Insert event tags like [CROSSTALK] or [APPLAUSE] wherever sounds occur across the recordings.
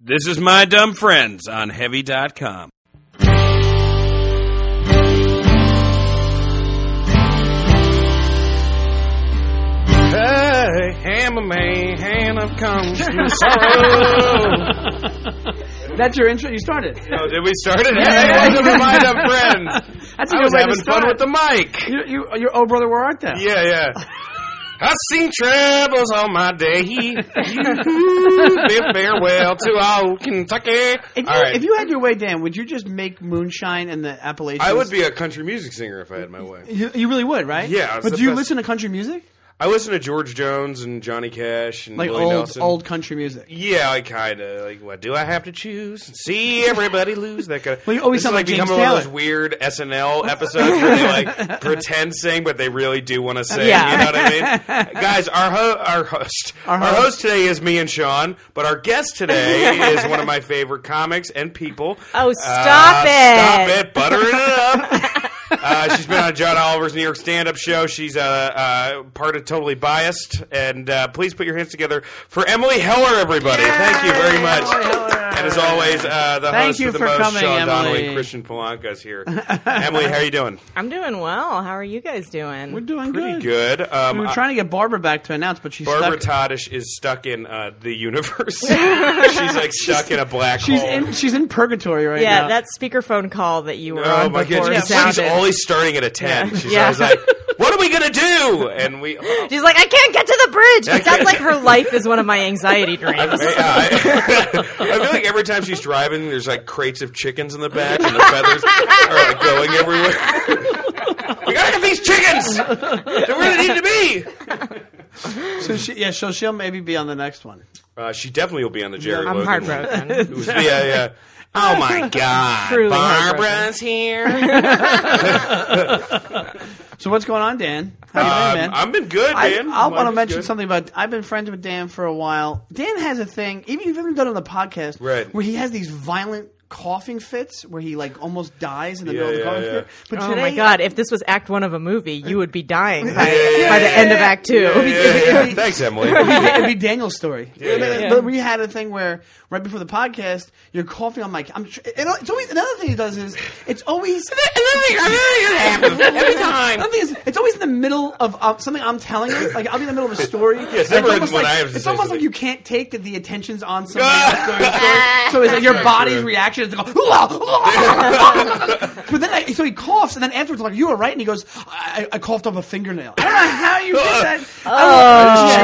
This is My Dumb Friends on Heavy.com. Hey, hammer man, hand of comes to [LAUGHS] sorrow. That's your intro. You started. oh, did we start it? Hey, welcome to My Dumb Friends. [LAUGHS] That's a I good was way having to start. fun with the mic. you, you, your oh brother, where art thou? Yeah, yeah. I've seen troubles all my [LAUGHS] day. You bid farewell to old Kentucky. If you, all right. if you had your way, Dan, would you just make moonshine and the Appalachians? I would be a country music singer if I had my way. [LAUGHS] You, you really would, right? Yeah, it's But the do you best- listen to country music? I listen to George Jones and Johnny Cash and Like Willie old Nelson. old country music. Yeah, I kind of like. What do I have to choose? See everybody lose that kind of. [LAUGHS] Well, you always this sound is like like James becoming one of those Taylor. weird SNL episodes where they [LAUGHS] like pretend sing, but they really do want to sing. Uh, Yeah. You know what I [LAUGHS] mean? Guys, our ho- our host our, host. host today is me and Sean, but our guest [LAUGHS] today is one of my favorite comics and people. Uh, Oh, stop it. Stop it! Buttering [LAUGHS] it up. Uh, she's been on John Oliver's New York stand up show. She's uh, uh, part of Totally Biased. And uh, please put your hands together for Emily Heller, everybody. Thank you very much. And as always, uh, the Thank host you with the for most, coming, Sean Donnelly, Emily. Christian Polanco's here. Emily, how are you doing? I'm doing well. How are you guys doing? We're doing Pretty good. good. Um, We were trying to get Barbara back to announce, but she's Barbara stuck. Toddish is stuck in uh, the [LAUGHS] universe. she's like stuck in a black She's hole. in she's in purgatory right yeah, now. that speakerphone call that you were Oh on my before god! it She's sounded. always starting at a ten. She's Yeah. always like, "What are we gonna do?" And [LAUGHS] we. She's like, I can't get to the bridge. It sounds like her life is one of [LAUGHS] my anxiety dreams. Yeah, I, [LAUGHS] I feel like every time she's driving, there's like crates of chickens in the back, and the feathers are like going everywhere. [LAUGHS] we gotta get these chickens. They're where they need to be. so she, yeah, so she'll maybe be on the next one. Uh, she definitely will be on the Jerry. I'm Logan [LAUGHS] heartbroken. one. It was- yeah, yeah. Oh [LAUGHS] my God! Truly Barbara's here. So what's going on, Dan? How you doing, man? Um, I've been good, I, man. I want Life to is mention good. something about. I've been friends with Dan for a while. Dan has a thing. Even you've even done it on the podcast, Right. Where he has these violent coughing fits where he like almost dies in the Yeah, middle of the yeah, coughing yeah. fit. But Oh today, my god! If this was Act One of a movie, you would be dying by, yeah, by the end of Act Two. Yeah, yeah, yeah. Thanks, [LAUGHS] Emily. [LAUGHS] It'd be Daniel's story. [LAUGHS] yeah, yeah. But we had a thing where right before the podcast, you're coughing. I'm like, I'm. Tr- and it's always another thing he does is it's [LAUGHS] always Every [LAUGHS] time. Another thing is, it's always in the middle of uh, something I'm telling you. Like I'll be in the middle of a story. and it's never almost when like, I have to it's say almost something. like you can't take the, the [LAUGHS] attention's on somebody else during the story. So it's like your body's reaction is to go. ah, [LAUGHS] but then, I, so he coughs, and then afterwards, like you were right, and he goes, I, I I coughed up a fingernail. I don't know how you did that. I I just don't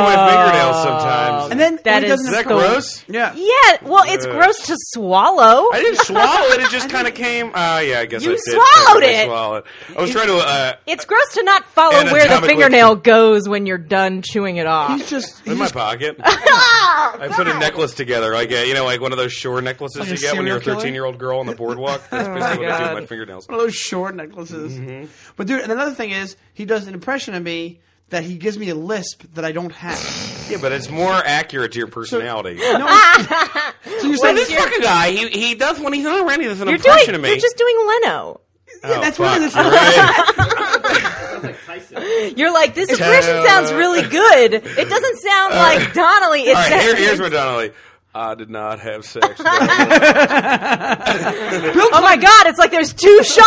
chew know. my fingernails sometimes. And then [LAUGHS] That when he is does is an that so- gross? yeah. Yeah, well, it's Uh, gross to swallow. I didn't swallow it. [LAUGHS] It just kind of came. Uh, yeah, I guess You I did. swallowed I it. swallowed it. I was trying to. Uh, It's gross to not follow where the Anatomically- fingernail goes when you're done chewing it off. He's just in he's my just [LAUGHS] pocket. Oh, I put a necklace together, like uh, you know, like one of those shore necklaces Like a you get when you're a serial killer? 13 year old girl on the [LAUGHS] boardwalk. That's basically what I my do with Oh, God. my fingernails. one of those short necklaces. Mm-hmm. But dude, and another thing is he does an impression of me that he gives me a lisp that I don't have. Yeah, but it's more accurate to your [LAUGHS] personality. No, I- so you're saying this fucking guy, he, he does when he's not around, he does an You're doing. You're just doing Leno. yeah, that's one of the Oh, You're [LAUGHS] right. You're like, this impression uh, sounds really good. It doesn't sound like Donnelly. It All right, sounds here, here's what Donnelly. I did not have sex. with anyone. Oh my god, it's like there's two Sean's.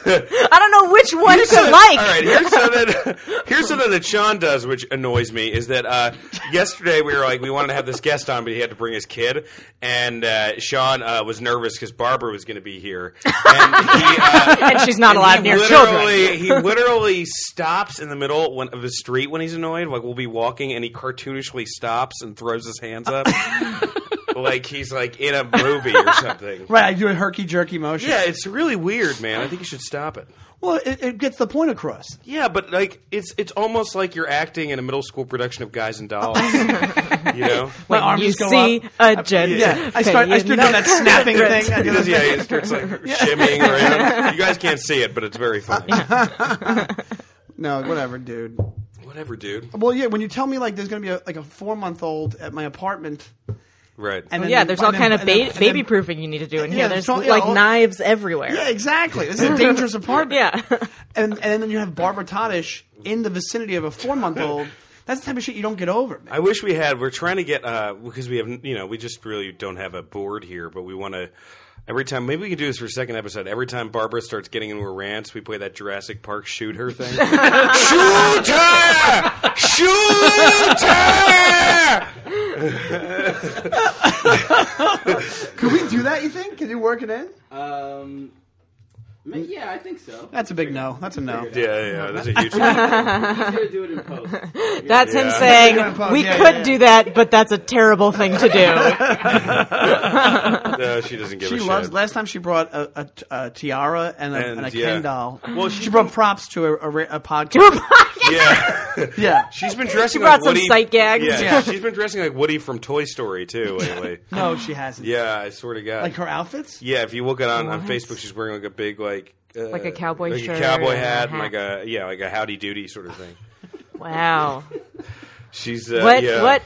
[LAUGHS] I don't know which one to like. All right, here's something. Here's something that Sean does, which annoys me, is that uh, yesterday we were like we wanted to have this guest on, but he had to bring his kid, and uh, Sean uh, was nervous because Barbara was going to be here, and he, uh, And she's not allowed near children. literally, he literally stops in the middle when, of the street when he's annoyed. Like we'll be walking, and he cartoonishly stops and throws his hands up, like he's like in a movie or something. right. I do a herky jerky motion. Yeah, it's really weird, man. I think you should stop it. Well, it, it gets the point across. Yeah, but like it's it's almost like you're acting in a middle school production of Guys and [LAUGHS] Dolls. you know? My When arms you go see up. a gender. Yeah, I start. I [LAUGHS] start doing that snapping thing. I He do does, this- yeah, he starts like shimmying [LAUGHS] around. You guys can't see it, but it's very funny. No, whatever, dude. Whatever, dude. Well, yeah. When you tell me like there's gonna be a, like a four month old at my apartment, Right. and then Yeah, they- there's and all then- kind of and then- ba- and then- baby proofing you need to do in Yeah, here. there's There's all- yeah, like all- knives everywhere. Yeah, exactly. This is a [LAUGHS] dangerous apartment. Yeah. and and then you have Barbara Toddish in the vicinity of a four month old. That's the type of shit you don't get over, man. I wish we had. We're trying to get uh, because we have you know we just really don't have a board here, but we want to. Every time, maybe we can do this for a second episode. Every time Barbara starts getting into her rants, we play that Jurassic Park shoot her [LAUGHS] thing. shoot her! Shoot her! Could we do that? You think? Can you work it in? Um, ma- yeah, I think so. That's a big no. That's a no. Yeah, yeah, that's a huge. [LAUGHS] one. Easier to do it in post. That's him Yeah. saying we Yeah, could yeah. do that, but that's a terrible thing to [LAUGHS] do. No, she doesn't give She a loves. shit. Last time she brought a, a, a tiara and a, and, And, a yeah. Ken doll. Well, she- she brought props to a, a, ra- a podcast. yeah, yeah. she's been dressing. brought like some Woody. sight gags. Yeah, Yeah. she's been dressing like Woody from Toy Story too lately. No, she hasn't. yeah, I swear to God. Like her outfits. Yeah, if you look at on, on What? Facebook, she's wearing like a big like uh, Like a cowboy like shirt a cowboy and a hat, and hat. like a yeah, like a howdy doody sort of thing. Wow. She's uh, [LAUGHS] What yeah. what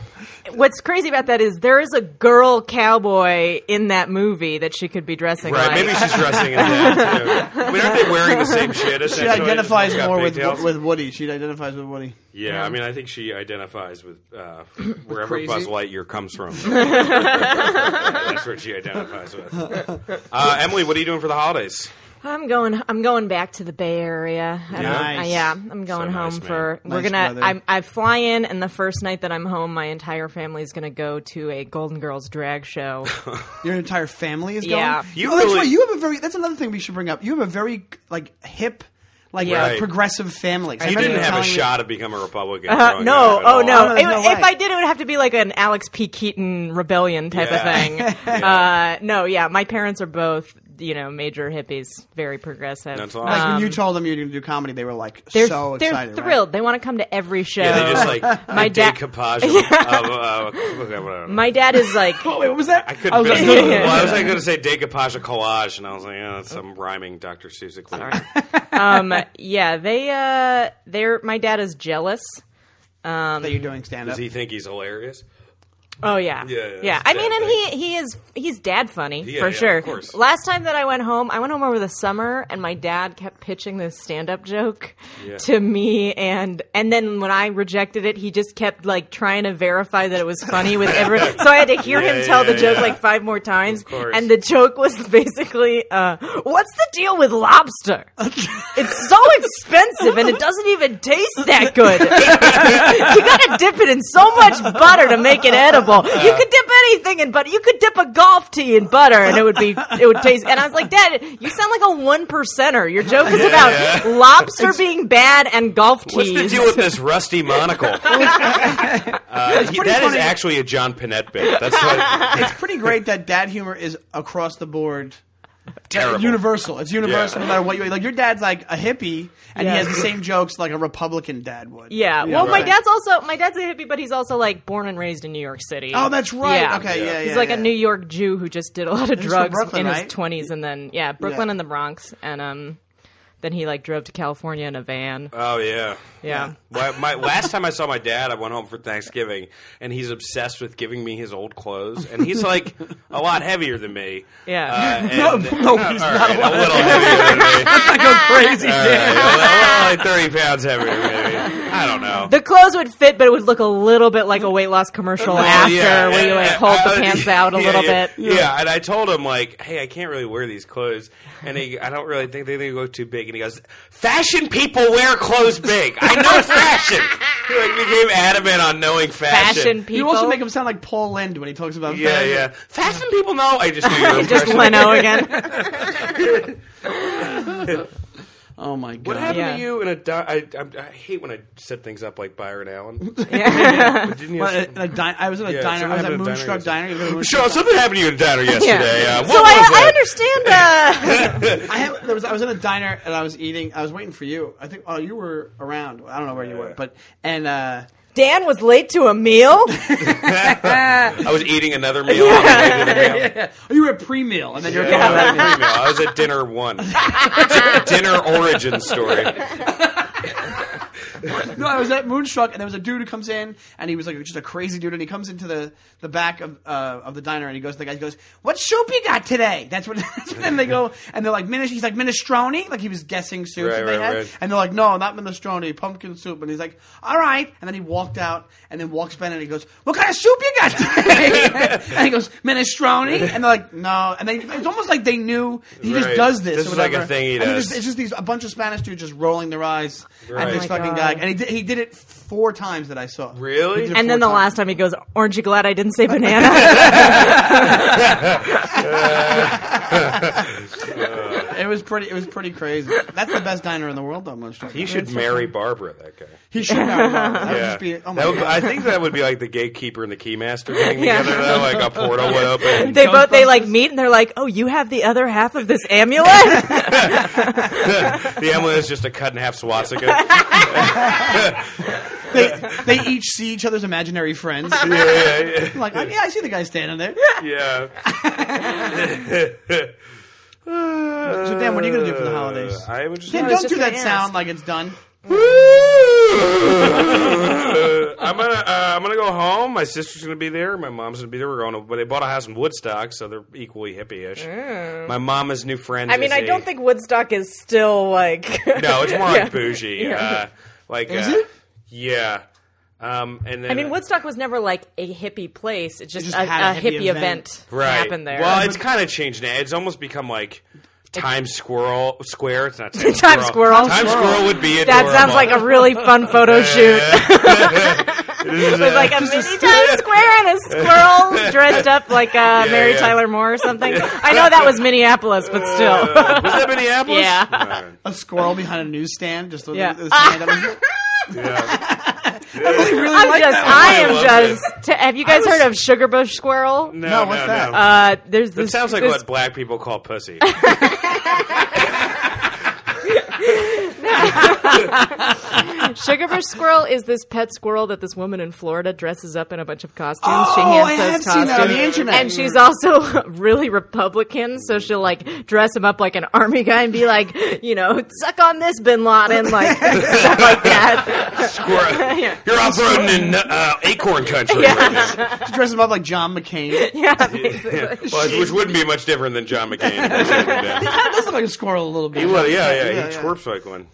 what's crazy about that is there is a girl cowboy in that movie that she could be dressing Right, like. maybe she's dressing in that too. I mean, aren't they wearing the same shit? She essentially? identifies She's got more with pigtails. with Woody. She identifies with Woody. Yeah, I mean, I think she identifies with uh, wherever crazy? Buzz Lightyear comes from. That's what she identifies with. Uh, Emily, what are you doing for the holidays? I'm going. I'm going back to the Bay Area. I don't- Nice. I- yeah, I'm going nice, home man. for. We're Nice gonna. weather. I'm, I fly in, and the first night that I'm home, my entire family's gonna go to a Golden Girls [LAUGHS] drag show. Oh, Your entire family is Yeah. going. You oh, that's really- right. You have a very. That's another thing we should bring up. You have a very like hip, like Yeah. uh, Right. progressive family. I You remember didn't you have a telling me- shot of becoming a Republican. Uh, growing no, up at oh all. no. No, there's It- no if way. I did, it would have to be like an Alex P. Keaton rebellion type Yeah. [LAUGHS] of thing. Yeah. Uh, no, yeah, my parents are both you know major hippies, very progressive. That's Like awesome. when you told them you're going to do comedy, they were like Um, They're, so they're excited. right? thrilled. They want to come to every show. Yeah, they just like My my dad- dad of, of uh, my dad [LAUGHS] is like. Oh wait, what was that? I couldn't. was finish like, it. well, I was like going to say decoupage, a collage, and I was like, oh, that's some rhyming Dr. Seussic. Sorry. um, yeah, they uh, they're my dad is jealous. that you're doing stand up. Does he think he's hilarious? Oh yeah, Yeah, yeah, yeah. that's I dad mean, and he thing. he is he's dad funny Yeah, yeah, for of sure. course. Last time that I went home, I went home over the summer, and my dad kept pitching this stand up joke Yeah. to me, and and then when I rejected it, he just kept like trying to verify that it was funny with [LAUGHS] every. so I had to hear Yeah, him tell yeah, the joke yeah. like five more times, course. and the joke was basically, uh, "What's the deal with [LAUGHS] lobster? it's so expensive, and it doesn't even taste that [LAUGHS] good." you gotta dip it in so much butter to make it edible. You could dip anything in butter. You could dip a golf tee in butter, and it would be it would taste. And I was like, Dad, you sound like a one percenter. Your joke is about lobster being bad and golf What's the tees. deal with this rusty [LAUGHS] monocle? uh, he- that is funny. actually a John Pinette bit. That's like, [LAUGHS] it's pretty great that dad humor is across the board. Terrible. Universal. It's universal Yeah. no matter what you like. Your dad's like a hippie, and Yeah. he has the same jokes like a Republican dad would. yeah. Well, my right. dad's also my dad's a hippie, but he's also like born and raised in New York City. Oh, that's right. Yeah. Okay, yeah, yeah. He's like yeah. a [LAUGHS] New York Jew who just did a lot of from drugs Brooklyn, in his right? twenties, and then yeah, Brooklyn and the Bronx, and um, then he like drove to California in a van. Uh, oh yeah. yeah. My, my last time I saw my dad, I went home for Thanksgiving, and he's obsessed with giving me his old clothes, and he's like a lot heavier than me. Yeah. Uh, and, No, no, he's all not right, a lot a little heavier than me. I go crazy. [LAUGHS] All right, well, like thirty pounds heavier, maybe. I don't know. The clothes would fit, but it would look a little bit like a weight loss commercial Oh, after, where you like hold Uh, the pants out [LAUGHS] a yeah, little yeah. bit. Yeah. and I told him like, "Hey, I can't really wear these clothes," and he, I don't really think they, they go too big. And he goes, "Fashion people wear clothes big. I know [LAUGHS] fashion." he like became adamant on knowing fashion. Fashion people. You also make him sound like Paul Lind when he talks about Yeah, fashion. yeah. Fashion people know. I just knew your [LAUGHS] just impression. Leno [LAUGHS] again. Oh my god. What happened Yeah. to you in a? Di- I, I, I hate when I set things up like Byron [LAUGHS] Allen. Yeah. But didn't you Well, in a di- I was in a Yeah, diner. something I was at happened at a Moonstruck diner Diner. You [LAUGHS] go to Moonstruck Sean, something happened to you in a diner yesterday. Uh, what so was I, I that? understand. [LAUGHS] Uh, I had, there was, I was in a diner and I was eating. I was waiting for you. I think. Oh, you were around. I don't know where you were, but and uh, Dan was late to a [LAUGHS] meal. I was eating [LAUGHS] another meal. on the way to the [LAUGHS] meal. oh, you were at pre meal, and then you're Yeah, [LAUGHS] I, was female. I was [LAUGHS] at dinner one. It's a dinner origin story. no, I was at Moonstruck, and there was a dude who comes in, and he was like just a crazy dude, and he comes into the, the back of uh, of the diner, and he goes to the guy, he goes, "What soup you got today?" That's what. [LAUGHS] That's what and they go, and they're like, Minis- he's like minestrone, like he was guessing Right, soup that they right, had, right. and they're like, "No, not minestrone, pumpkin soup." And he's like, "All right," and then he walked out, and then walks back, and he goes, "What kind of soup you got today?" [LAUGHS] and he goes, "Minestrone," and they're like, "No," and they it's almost like they knew he just Right. does this. This or is like a whatever. thing he And does. just- it's just these a bunch of Spanish dudes just rolling their eyes at Right. this Oh my fucking God. guy, and he did, he did it four times that I saw. Really? He did it And then the four times. last time he goes, "Aren't you glad I didn't [LAUGHS] say banana?" it was pretty. It was pretty crazy. That's the best diner in the world, though. Moonstruck. He should marry Barbara, that guy. He should marry. [LAUGHS] Barbara. That would just be. Oh my That would- God. I think that would be like the gatekeeper and the keymaster getting Yeah. together, though, like a portal would [LAUGHS] open. [LAUGHS] they both they like meet and they're like, "Oh, you have the other half of [LAUGHS] this amulet." the amulet is just a cut in half [LAUGHS] swastika. they, they each see each other's imaginary [LAUGHS] friends. yeah, yeah, yeah. Like, oh, yeah, I see the guy standing there. yeah. so, Dan, what are you gonna do for the holidays? I would just. Tim, I was don't just do that gonna sound ask. like it's done. I'm gonna uh, I'm gonna go home. My sister's gonna be there. My mom's gonna be there. We're going. To, but they bought a house in Woodstock, so they're equally hippie-ish. My mama's new friend. Oh. I mean, is I a- don't think Woodstock is still like. [LAUGHS] No, it's more Yeah. like bougie. Uh, like Is uh, it? Yeah. Um, and then I mean, Woodstock was never like a hippie place. It just, just a, a had a hippie hippie, event, event. uh, right. happened there. Well, it's kind of changed now. It's almost become like Times Squirrel Square. It's [LAUGHS] not Times Times Squirrel. Squirrel. Times Squirrel. Squirrel would be that adorable. sounds like a really [LAUGHS] fun photo shoot This is, [LAUGHS] with uh, like a mini Times Square and a [LAUGHS] squirrel dressed up like uh, Mary yeah. Tyler Moore or something. I know that was Minneapolis, but still. uh, was that Minneapolis? Yeah. Alright. A squirrel behind a newsstand. Just a, Yeah. a stand [LAUGHS] up. Yeah. They really I'm like just, that I I am love just. T- have you guys heard of Sugarbush Squirrel? No, No, what's no, that? no. Uh, there's this. it sounds like this- what black people call [LAUGHS] pussy. Sugarbush Squirrel is this pet squirrel that this woman in Florida dresses up in a bunch of costumes. Oh, she I hand have sews seen costumes. that on the internet. And she's also [LAUGHS] really Republican, so she'll like dress him up like an army guy and be like, you know, suck on this bin Laden, [LAUGHS] like stuff like that. Squirrel. [LAUGHS] Yeah. You're off roading in uh, [LAUGHS] acorn country. Right [LAUGHS] now. one. She dresses him up like John McCain. [LAUGHS] Yeah, basically. Well, which wouldn't be much different than John [LAUGHS] McCain. He does look like a squirrel a little bit. He was, yeah, yeah, Yeah, he yeah. twerps like [LAUGHS] one.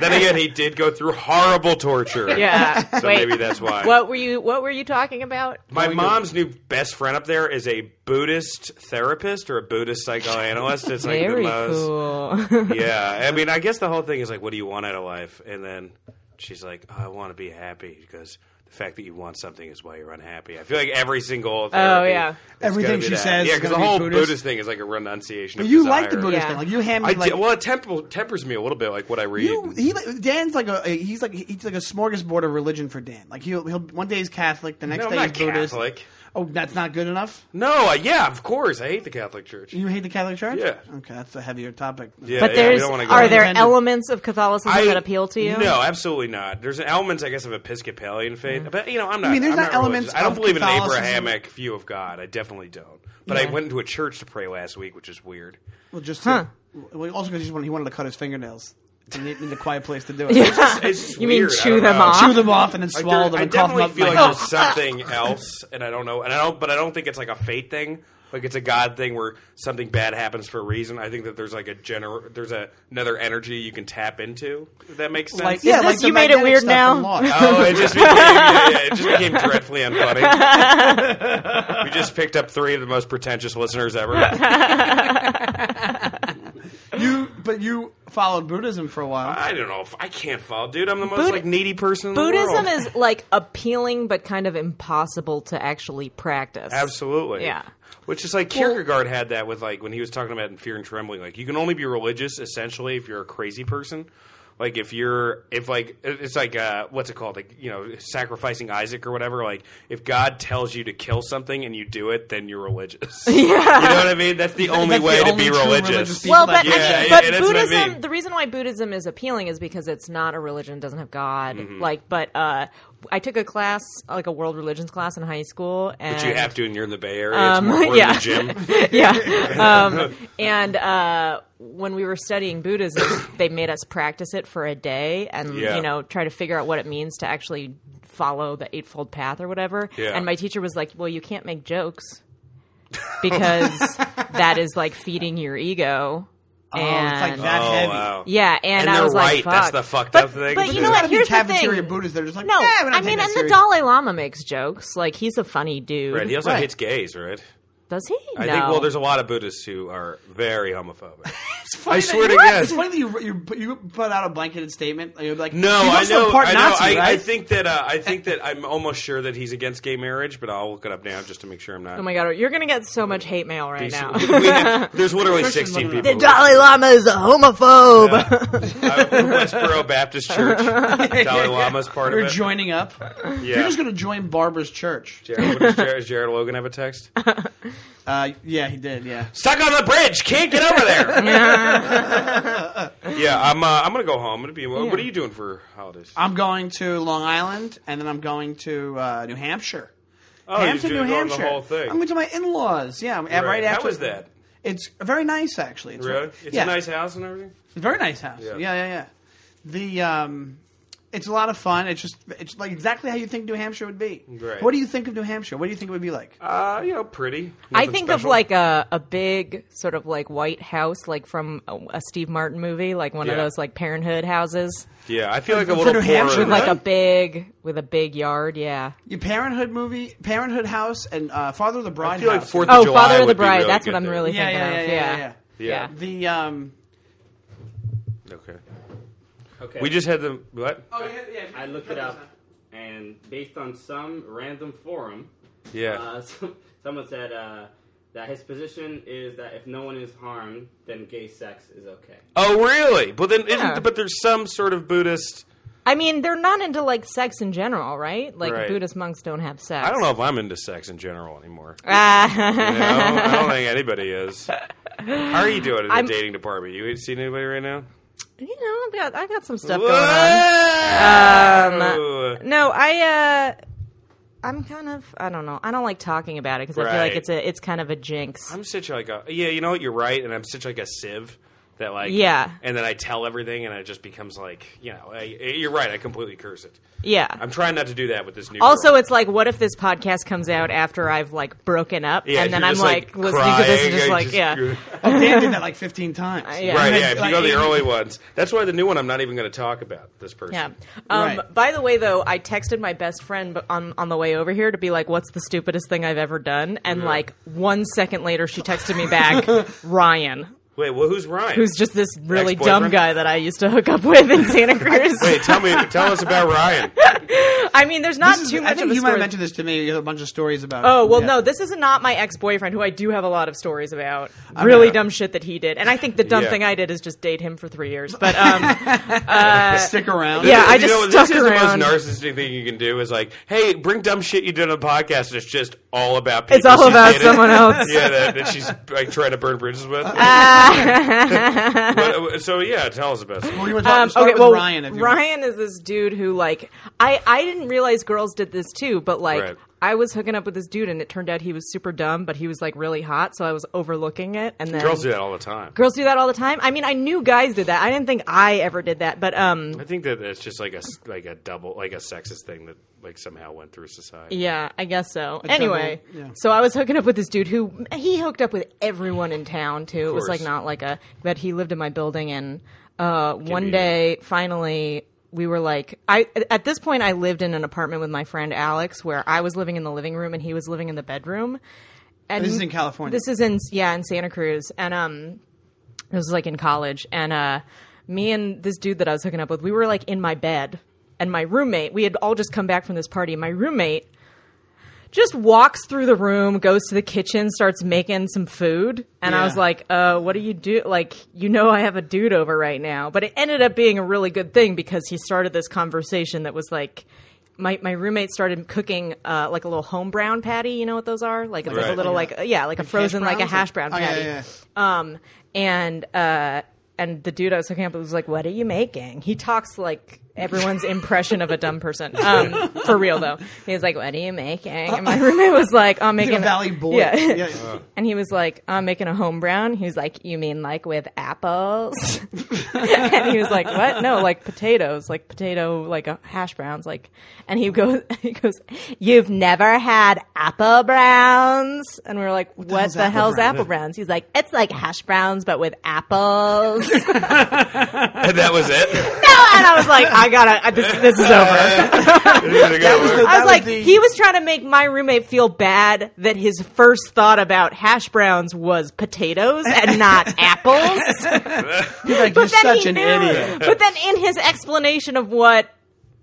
then again, he did go through horrible torture. Yeah. So Wait. maybe that's why. What were you what were you talking about? My mom's new best friend up there is a Buddhist therapist or a Buddhist psychoanalyst. It's like Very the most. cool. Yeah. I mean, I guess the whole thing is like, what do you want out of life? And then she's like, oh, I want to be happy because the fact that you want something is why you're unhappy. I feel like every single therapy, Oh, yeah. it's gotta Everything be she that. says Yeah, is because the gonna be whole Buddhist. Buddhist. thing is like a renunciation of You like the desire. Buddhist Yeah. thing. Like you hand me I like did, well, it temper, tempers me a little bit, like what I read. You, he like- Dan's like a he's like he's like a smorgasbord of religion for Dan. Like he'll he'll one day he's Catholic, the next no, I'm day not he's Buddhist. Catholic. Oh, that's not good enough. No, uh, yeah, of course. I hate the Catholic Church. You hate the Catholic Church? Yeah. Okay, that's a heavier topic. Yeah, But yeah, we there's don't wanna go are there. there Offended. elements of Catholicism that appeal to you? No, absolutely not. There's elements, I guess, of Episcopalian faith, Mm-hmm. but you know, I'm not. mean, there's I'm not elements religious. I don't of believe in Catholicism. an Abrahamic view of God. I definitely don't. But I went into a church to pray last week, which is [LAUGHS] weird. Well, just to, well, also because he wanted, he wanted to cut his fingernails. He needed a quiet place to do it. It's just You mean weird. I chew don't them know. off? Chew them off and then Like, swallow there- them I and cough them definitely feel up. like- like there's something else, and I don't know, and I don't, but I don't think it's like a fate thing. Like it's a God thing where something bad happens for a reason. I think that there's like a general, there's a, another energy you can tap into. If that makes sense. yeah, this- like the you made it magnetic weird stuff now? in Lost. Oh, it just became, yeah, yeah, it just became dreadfully unfunny. [LAUGHS] we just picked up three of the most pretentious listeners ever. you, [LAUGHS] but you followed Buddhism for a while. Oh, I don't know. If, I can't follow, dude. I'm the most Buddha- like needy person. In Buddhism the world. is like appealing but kind of impossible to actually practice. absolutely Yeah. Which is like Kierkegaard had that with like when he was talking about in Fear and Trembling. Like you can only be religious essentially if you're a crazy person. Like if you're if like it- it's like uh, what's it called like you know sacrificing Isaac or whatever. Like if God tells you to kill something and you do it, then you're [LAUGHS] religious. Yeah. you know what I mean? That's the only the way to only be true religious religious. people Well, like but that. Yeah, I yeah, mean, but that's what I Buddhism. mean. The reason why Buddhism is appealing is because it's not a religion, doesn't have God. Mm-hmm. Like, but uh, I took a class, like a world religions class in high school, and But you have to, and you're in the Bay Area. [LAUGHS] [LAUGHS] it's Um, more important [LAUGHS] yeah. than the gym. yeah. Um, and uh, when we were studying Buddhism, they made us practice it for a day and Yeah. you know try to figure out what it means to actually follow the eightfold path or whatever. Yeah. And my teacher was like, "Well, you can't make jokes [LAUGHS] because that is like feeding your ego." Oh, it's like that Oh, heavy. wow. Yeah, and, And I they're was right. like, Fuck. That's the fucked but, up thing. But you There's know gotta what? Be Here's the cafeteria thing. Buddhists that are just like, No, "Eh, we don't I take mean, that and serious." the Dalai Lama makes jokes. Like he's a funny dude. Right. He also Right. hates gays, right? Does he? I no. think. Well, there's a lot of Buddhists who are very homophobic. It's funny I that swear you- to God. It's funny that you, you, put- you put out a blanketed statement. Like, you're like, No, he's I also know. Part I know. Nazi, I, right? I think that uh, I think that I'm almost sure that he's against gay marriage, but I'll look it up now just to make sure I'm not. oh my god, you're gonna get so much hate mail right now. [LAUGHS] We have- [LAUGHS] there's literally Christian 16 woman. [LAUGHS] people. Lama is a homophobe. Uh, [LAUGHS] Westboro Baptist Church. Dalai [LAUGHS] Lama's part You're of it. joining up. You're Yeah. just going to join Barbara's church. Jared, what does Jared, Jared Logan have a text? [LAUGHS] Uh, yeah, he did. Yeah. Stuck on the bridge. Can't get over [LAUGHS] there. [LAUGHS] yeah, I'm. Uh, I'm gonna go home. I'm gonna be. What, what are you doing for holidays? I'm going to Long Island, and then I'm going to uh, New Hampshire. Oh, you're Hampton, doing New going Hampshire. The whole thing. I'm going to my in-laws. Yeah, right, Right. right How after. was that? It's very nice, actually. It's Really? It's yeah. a nice house and everything. It's a very nice house. Yeah. Yeah, yeah, yeah. The um, it's a lot of fun. It's just it's like exactly how you think New Hampshire would be. Right. What do you think of New Hampshire? What do you think it would be like? Uh, you know, pretty. I Nothing think of special. like a, a big sort of like white house, like from a, a Steve Martin movie, like one of Yeah. those like Parenthood houses Yeah, I feel like a For little New Hampshire, poorer. with like Really? a big with a big yard. Yeah. Your Parenthood movie, Parenthood House, and uh, Father of the Bride. I feel like House. Fourth Oh, of July Father of would the be Bride. really that's good what I'm there. really Yeah, thinking yeah, yeah, of. yeah, yeah. Yeah. The um, Okay. Okay. We just had the what? oh yeah, yeah. I looked it up, and based on some random forum, Yeah. uh, [LAUGHS] some, someone said uh, that his position is that if no one is harmed, then gay sex is okay. oh, really? But then, Yeah. isn't but there's some sort of Buddhist. I mean, they're not into like sex in general, right? Like Right. Buddhist monks don't have sex. I don't know if I'm into sex in general [LAUGHS] anymore. Ah. You know? I don't think anybody is. How are you doing in the I'm- dating department? You ain't seen anybody right now? [LAUGHS] you know, I've got I got some stuff going Um, on. Whoa! No, I. uh I'm kind of I don't know I don't like talking about it because I feel Right. like it's a it's kind of a jinx. I'm such like a yeah. You know what? You're right, and I'm such like a sieve that like Yeah. And then I tell everything, and it just becomes like you know. I, you're right. I completely curse it. yeah. I'm trying not to do that with this new. also, girl. it's like what if this podcast comes out after I've like broken up Yeah, and then you're I'm just, like, like, listening to this and crying, just I like just- yeah. Oh, Dan did that like 15 times. Uh, yeah. Right, Like- yeah. If you like go to the eighty- early ones, that's why the new one I'm not even going to talk about. This person. Yeah. Um, Right. By the way, though, I texted my best friend b- on on the way over here to be like, "What's the stupidest thing I've ever done?" And like one second later, she texted me back, [LAUGHS] "Ryan, Wait. Well, who's Ryan? who's just this really dumb Ex-boyfriend? guy that I used to hook up with in [LAUGHS] Santa Cruz." Wait. Tell me. tell us [LAUGHS] about Ryan. I mean, there's not This is- too I much of think a you might have story. mentioned this to me. You have a bunch of stories about. Oh well, yeah. no. This is not my ex-boyfriend, who I do have a lot of stories about. Really dumb shit that he did, and I think the dumb Yeah. thing I did is just date him for three [LAUGHS] years. But um, Stick around. Yeah, I You just know, stuck this around. is the most narcissistic thing you can do. Is like, hey, bring dumb shit you did on a podcast. And it's just all about. People it's all she about dated. [LAUGHS] someone else. [LAUGHS] Yeah, that, that she's like trying to burn bridges with. Ah. [LAUGHS] But, uh, so yeah, tell us [LAUGHS] about. Well, It. you were talking, Um, start okay, with well, Ryan. If you want. Ryan is this dude who, like, I I didn't realize girls did this too, but like, Right. I was hooking up with this dude, and it turned out he was super dumb, but he was like really hot, so I was overlooking it. And then Girls do that all the time. Girls do that all the time. I mean, I knew guys did that. I didn't think I ever did that, but um, I think that it's just like a s- like a double like a sexist thing that like somehow went through society. yeah, I guess so. anyway, double- yeah. so I was hooking up with this dude who he hooked up with everyone in town too. It was like course. not like a, but he lived in my building, and uh, one be- day finally. We were like, I at this point I lived in an apartment with my friend Alex, where I was living in the living room and he was living in the bedroom. And This is in California. This is in yeah in Santa Cruz, and um, it was like in college, and uh, me and this dude that I was hooking up with, we were like in my bed, and my roommate, we had all just come back from this party. My roommate just walks through the room, goes to the kitchen, starts making some food, and I Yeah. was like, "Uh, what do you do? Like, you know, I have a dude over right now." But it ended up being a really good thing because he started this conversation that was like. My, my roommate started cooking uh, like a little home brown patty. You know what those are? Like it's like Right. a little like uh, yeah, like a frozen like a browns or- hash brown Oh, patty. yeah, yeah, Um, and uh, and the dude I was hooking up with was like, "What are you making?" He talks like [LAUGHS] everyone's impression of a dumb person. Um, for real though, he was like, "What are you making?" And [LAUGHS] my roommate was like, "I'm making a valley boy. Yeah. Yeah. [LAUGHS] And he was like, "I'm making a home brown." He was like, "You mean like with apples?" [LAUGHS] and he was like, "What? No, like potatoes, like potato, like a hash browns, like." And he goes, [LAUGHS] he goes, "You've never had apple browns?" And we were like, "What the hell's, hell's apple brown?" apple browns?" He's like, "It's like hash browns, but with apples." [LAUGHS] And [LAUGHS] that was [LAUGHS] it. and I was like, I gotta, I, this, this is over. I was That was like, the- he was trying to make my roommate feel bad that his first thought about hash browns was potatoes and [LAUGHS] not apples. Like, you're But then such he an knew- idiot. But then in his explanation of what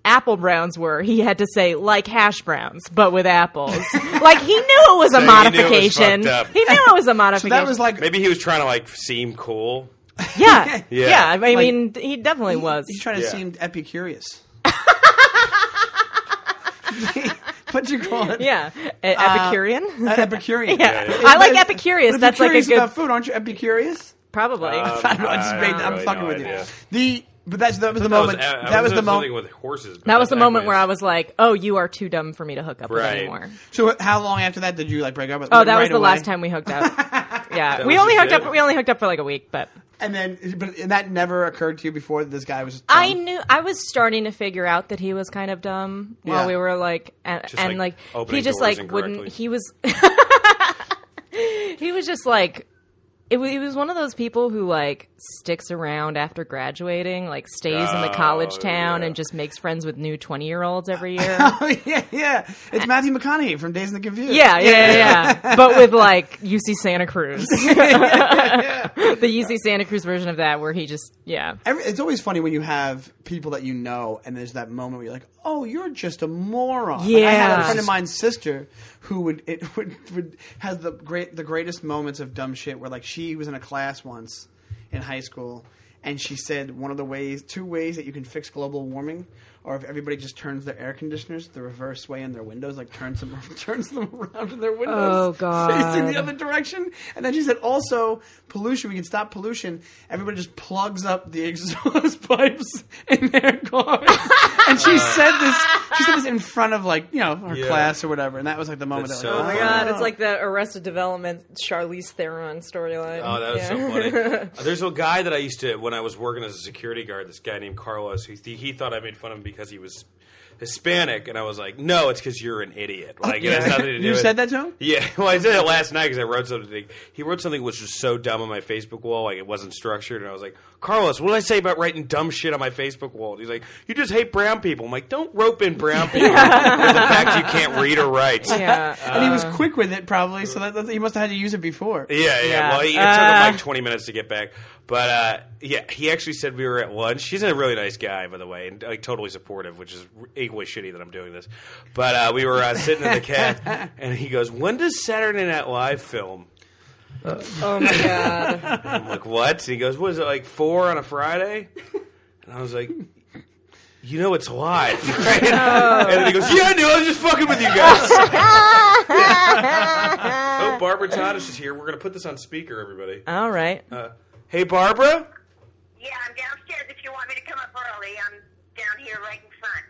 apple browns were, he had to say like hash browns, but with apples. like he knew it was a knew it was modification. fucked up. He knew it was a So modification. that was like Maybe he was trying to like seem cool. yeah, Yeah. yeah. I mean, he definitely was. He's trying to Yeah. seem [LAUGHS] Epicurious. What'd you call it? yeah, E- Epicurean. An Epicurean. [LAUGHS] Yeah. I like Epicurious. But That's you're like a curious good, about food, aren't you? Epicurious. [LAUGHS] probably. Uh, I don't know. I just Um, I made. don't [LAUGHS] I'm really fucking know, with you. I do. The but that's that was the That was, moment. that was the moment moment. with horses. but That was the that's moment where I anyways. was like, "Oh, you are too dumb for me to hook up with Right. anymore." So how long after that did you like break up? with Oh, that was right the last away? time we hooked up. Yeah, we was only just hooked it. up. We only hooked up for like a week, but And then, but and that never occurred to you before that this guy was. I knew I was starting to figure out that he was kind of dumb while Yeah. we were like, and, Just, and like, like, opening he just doors like incorrectly. wouldn't. He was [LAUGHS] he was just like it was, he was one of those people who like sticks around after graduating, like stays in the Oh, college town yeah. and just makes friends with new twenty year [LAUGHS] olds every year. Oh [LAUGHS] yeah, yeah. It's Matthew McConaughey from Days in the Confused. Yeah, [LAUGHS] yeah, yeah, [LAUGHS] yeah. but with like UC Santa Cruz, [LAUGHS] the UC Santa Cruz version of that, where he just yeah, Every, it's always funny when you have people that you know, and there's that moment where you're like, "Oh, you're just a moron." Like, I had a Yeah. friend of mine's sister who would it [LAUGHS] would, would has the great the greatest moments of dumb shit. Where like she was in a class once in high school, and she said one of the ways, two ways that you can fix global warming, or if everybody just turns their air conditioners the reverse way in their windows, like turns them [LAUGHS] turns them around in their windows, Oh, God. [LAUGHS] facing the other other direction. And then she said, also, pollution, we can stop pollution. Everybody just plugs up the [LAUGHS] exhaust pipes in their [LAUGHS] cars. and she said this she said this in front of like, you know, her Yeah. class or whatever. And that was like the moment That's that so like, funny. "Oh." Oh God, it's like the Arrested Development Charlize Theron storyline. Oh, that was so funny. [LAUGHS] There's a guy that I used to when I was working as a security guard. This guy named Carlos. He, he thought I made fun of him because he was Hispanic, and I was like, "No, it's because you're an idiot." Like it has nothing to do. You with- said that to him? Yeah. [LAUGHS] Well, I said it last night because I wrote something. He wrote something which was so dumb on my Facebook wall, like it wasn't structured, and I was like, "Carlos, what did I say about writing dumb shit on my Facebook wall?" And he's like, "You just hate brown people." I'm like, "Don't rope in brown [LAUGHS] people for the fact you can't read or write." Yeah. [LAUGHS] and he was Uh, quick with it probably, so that, that- he must have had to use it before. Yeah, yeah. Yeah. Well, he, it took him Uh. like 20 minutes to get back. But uh, yeah, he actually said we were at lunch. He's a really nice guy, by the way, and like totally supportive, which is equally shitty that I'm doing this. But uh, we were uh, sitting in the [LAUGHS] cab, and he goes, "When does Saturday Night Live film?" oh my god. I'm like, "What?" And he goes, "What is it like four on a Friday?" And I was like. You know it's live, [LAUGHS] right? And then he goes, "Yeah, I knew. I was just fucking with you guys." oh, Barbara Tadish is here. We're gonna put this on speaker, everybody. All right. Uh, Hey, Barbara. Yeah, I'm downstairs if you want me to come up early. I'm down here right in front.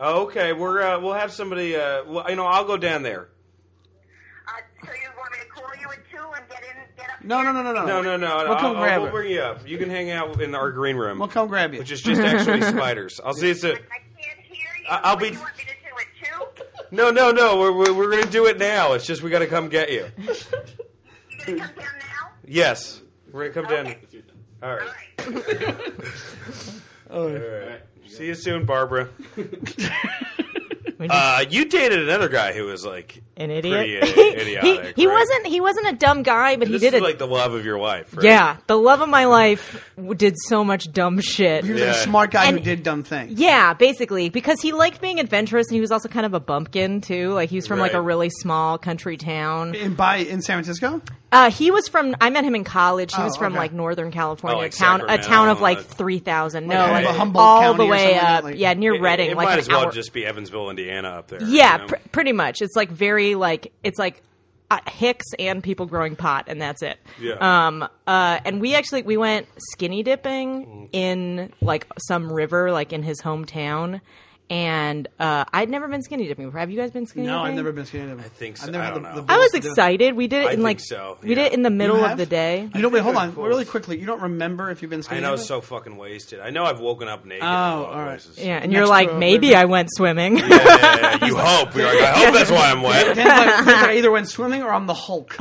Oh, okay, we're uh, we'll have somebody. Uh, well, you know, I'll go down there. Uh, so you want me to call you at 2 and get in, get up? No, no, no, no, no. No, no, no. We'll come I'll, grab I'll, we'll her. bring you up. You can hang out in our green room. We'll come grab you. Which is just [LAUGHS] actually spiders. I'll see. It's a I can't hear you. I- I'll What be- do You want me to do at 2? no, no, no. We're we're, we're gonna do it now. It's just we got to come get you. You going to come down now? Yes, we're gonna come down. All All right. right. All right. See you soon, [LAUGHS] Barbara. uh, you dated another guy who was like An idiot. Pretty, [LAUGHS] He- uh, he idiotic, he right? wasn't he wasn't a dumb guy, but he This did is it. like the love of your life. Right? yeah, the love of my life w- did so much dumb shit. he was like Yeah. a smart guy who And- did dumb things. Yeah, basically, because he liked being adventurous, and he was also kind of a bumpkin too. Like he was from like Right. a really small country town. In by in San Francisco? Uh, he was from. I met him in college. He Oh, was from okay. like Northern California, Oh, like a town Sacramento, a town of like like- three thousand. No, Like like Humboldt all County the or way something like up. that, like- yeah, near It- Reading. It, like might an as well hour. just be Evansville, Indiana, up there. yeah, you know? pr- pretty much. It's like very like it's like uh, hicks and people growing pot, and that's it. Yeah. Um. Uh. And we actually we went skinny dipping in like some river, like in his hometown. And uh, I'd never been skinny dipping before. Have you guys been skinny No, dipping? I've never been skinny dipping. I think so. I've never I had don't the, know. the I balls was to do it. excited. We did it I in like think so, we did yeah. it in the middle You of have? the day. You know, wait, hold I've on, pulled. really quickly. You don't remember if you've been I skinny know dipping? it's so fucking wasted. I know I've woken up naked. Oh, in a lot of all right. places. Yeah, and Next you're to like, a maybe river. I went swimming. [LAUGHS] Yeah, yeah, yeah. You hope. You're like, I hope that's why I'm wet. Dan's like, Dan's like, I either went swimming or I'm the [LAUGHS] Hulk.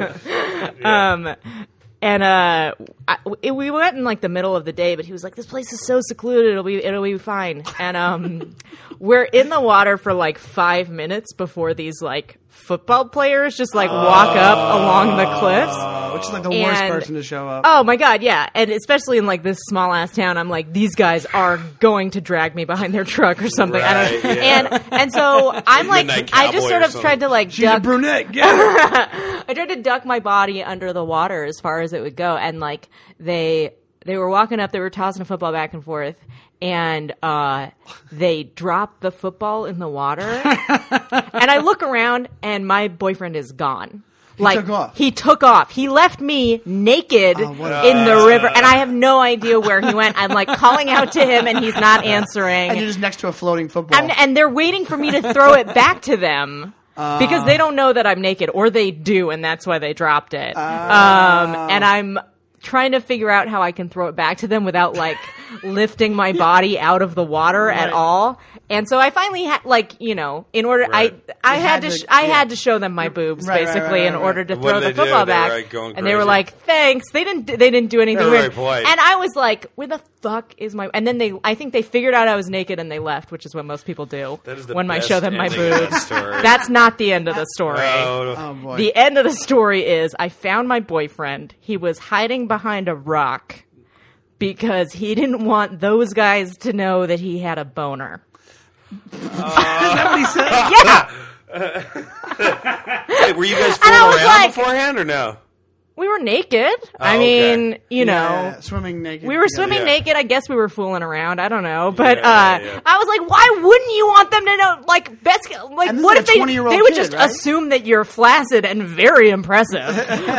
um, and uh, I, it- we went in like the middle of the day, but he was like, "This place is so secluded; it'll be it'll be fine." And um, [LAUGHS] we're in the water for like five minutes before these like football players just like walk up along the cliffs. Oh. which is like the worst And- person to show up. Oh my god, yeah, and especially in like this small ass town, I'm like, these guys are going to drag me behind their truck or something. I don't know. Right, yeah. And [LAUGHS] and so I'm like, Midnight I Cowboy just sort or of tried to something. like She's a duck brunette. Get [LAUGHS] her. I tried to duck my body under the water as far as it would go, and like they they were walking up, they were tossing a football back and forth, and uh, they dropped the football in [LAUGHS] the water, and I look around, and my boyfriend is gone. like took off. Oh, he took off. He left me naked what a in the river, and I have no idea where he went. I'm like calling out to him, and he's [LAUGHS] not answering. and you're just next to a floating football. I'm, and they're waiting for me to throw it back to them because they don't know that I'm naked, or they do, and that's why they dropped it. um, and I'm trying to figure out how I can throw it back to them without like lifting my body out of the water at Right. all. And so I finally had, like, you know, in order, Right. I I You had had to, to- sh- I yeah. had to show them my boobs Right, right, basically right, in right, order right. to And throw what the did they do? football They were, back. like, going and they were crazy. like, "Thanks." They didn't, they didn't do anything They were weird. very polite. And I was like, where the fuck is my? And then they, I think they figured out I was naked and they left, which is what most people do That is the when I best show them my ending of that boobs. story. That's not the end of the story. Oh, oh boy. The end of the story is I found my boyfriend. He was hiding behind a rock because he didn't want those guys to know that he had a boner. is that what he said? Hey, were you guys And fooling I was around like- beforehand or no? We were naked. Oh, I okay. mean, you know. Yeah, swimming naked. We were swimming Yeah. naked. I guess we were fooling around. I don't know, but Yeah, uh, yeah. I was like, why wouldn't you want them to know? Like, best, like, And this what is if a they 20-year-old they would kid, just right? assume that you're flaccid and [LAUGHS] very impressive?